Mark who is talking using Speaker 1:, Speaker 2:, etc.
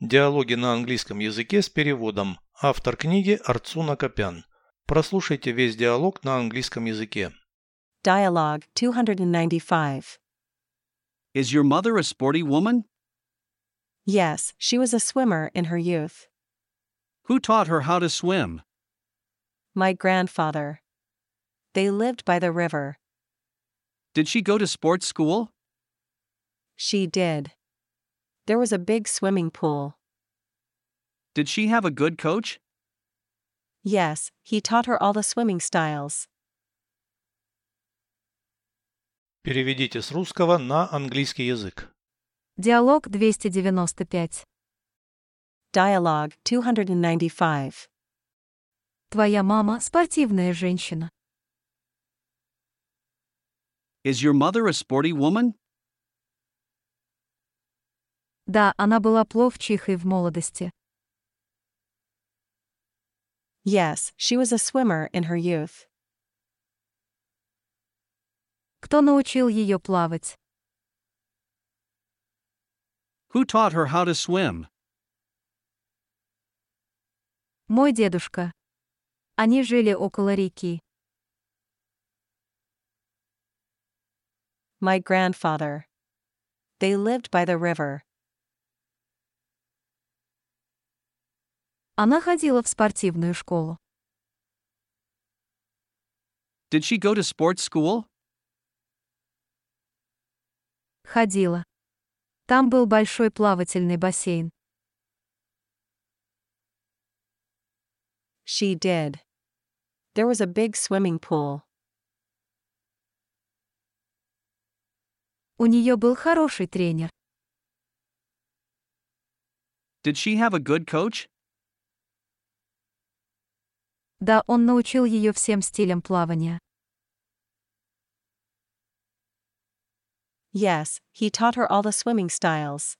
Speaker 1: Диалоги на английском языке с переводом. Автор книги Арцуна Копян. Прослушайте весь диалог на английском языке.
Speaker 2: Dialogue 295.
Speaker 3: Is your mother a sporty woman?
Speaker 2: Yes, she was a swimmer in her youth.
Speaker 3: Who taught her how to swim?
Speaker 2: My grandfather. They lived by the river.
Speaker 3: Did she go to sports school?
Speaker 2: She did. There was a big swimming pool.
Speaker 3: Did she have a good coach?
Speaker 2: Yes, he taught her all the swimming styles.
Speaker 1: Переведите с русского на английский язык.
Speaker 4: Диалог 295.
Speaker 2: Dialogue 295.
Speaker 4: Твоя мама – спортивная женщина.
Speaker 3: Is your mother a sporty woman?
Speaker 4: Да, она была пловчихой в молодости.
Speaker 2: Yes, she was a swimmer in her youth.
Speaker 4: Кто научил ее плавать?
Speaker 3: Who taught her how to swim?
Speaker 4: Мой дедушка. Они жили около реки.
Speaker 2: My grandfather. They lived by the river.
Speaker 4: Она ходила в спортивную школу.
Speaker 3: Did she go to sports school?
Speaker 4: Ходила. Там был большой плавательный бассейн.
Speaker 2: She did. There was a big swimming pool.
Speaker 4: У нее был хороший тренер.
Speaker 3: Did she have a good coach?
Speaker 4: Да, он научил ее всем стилям плавания.
Speaker 2: Yes, he taught her all the swimming styles.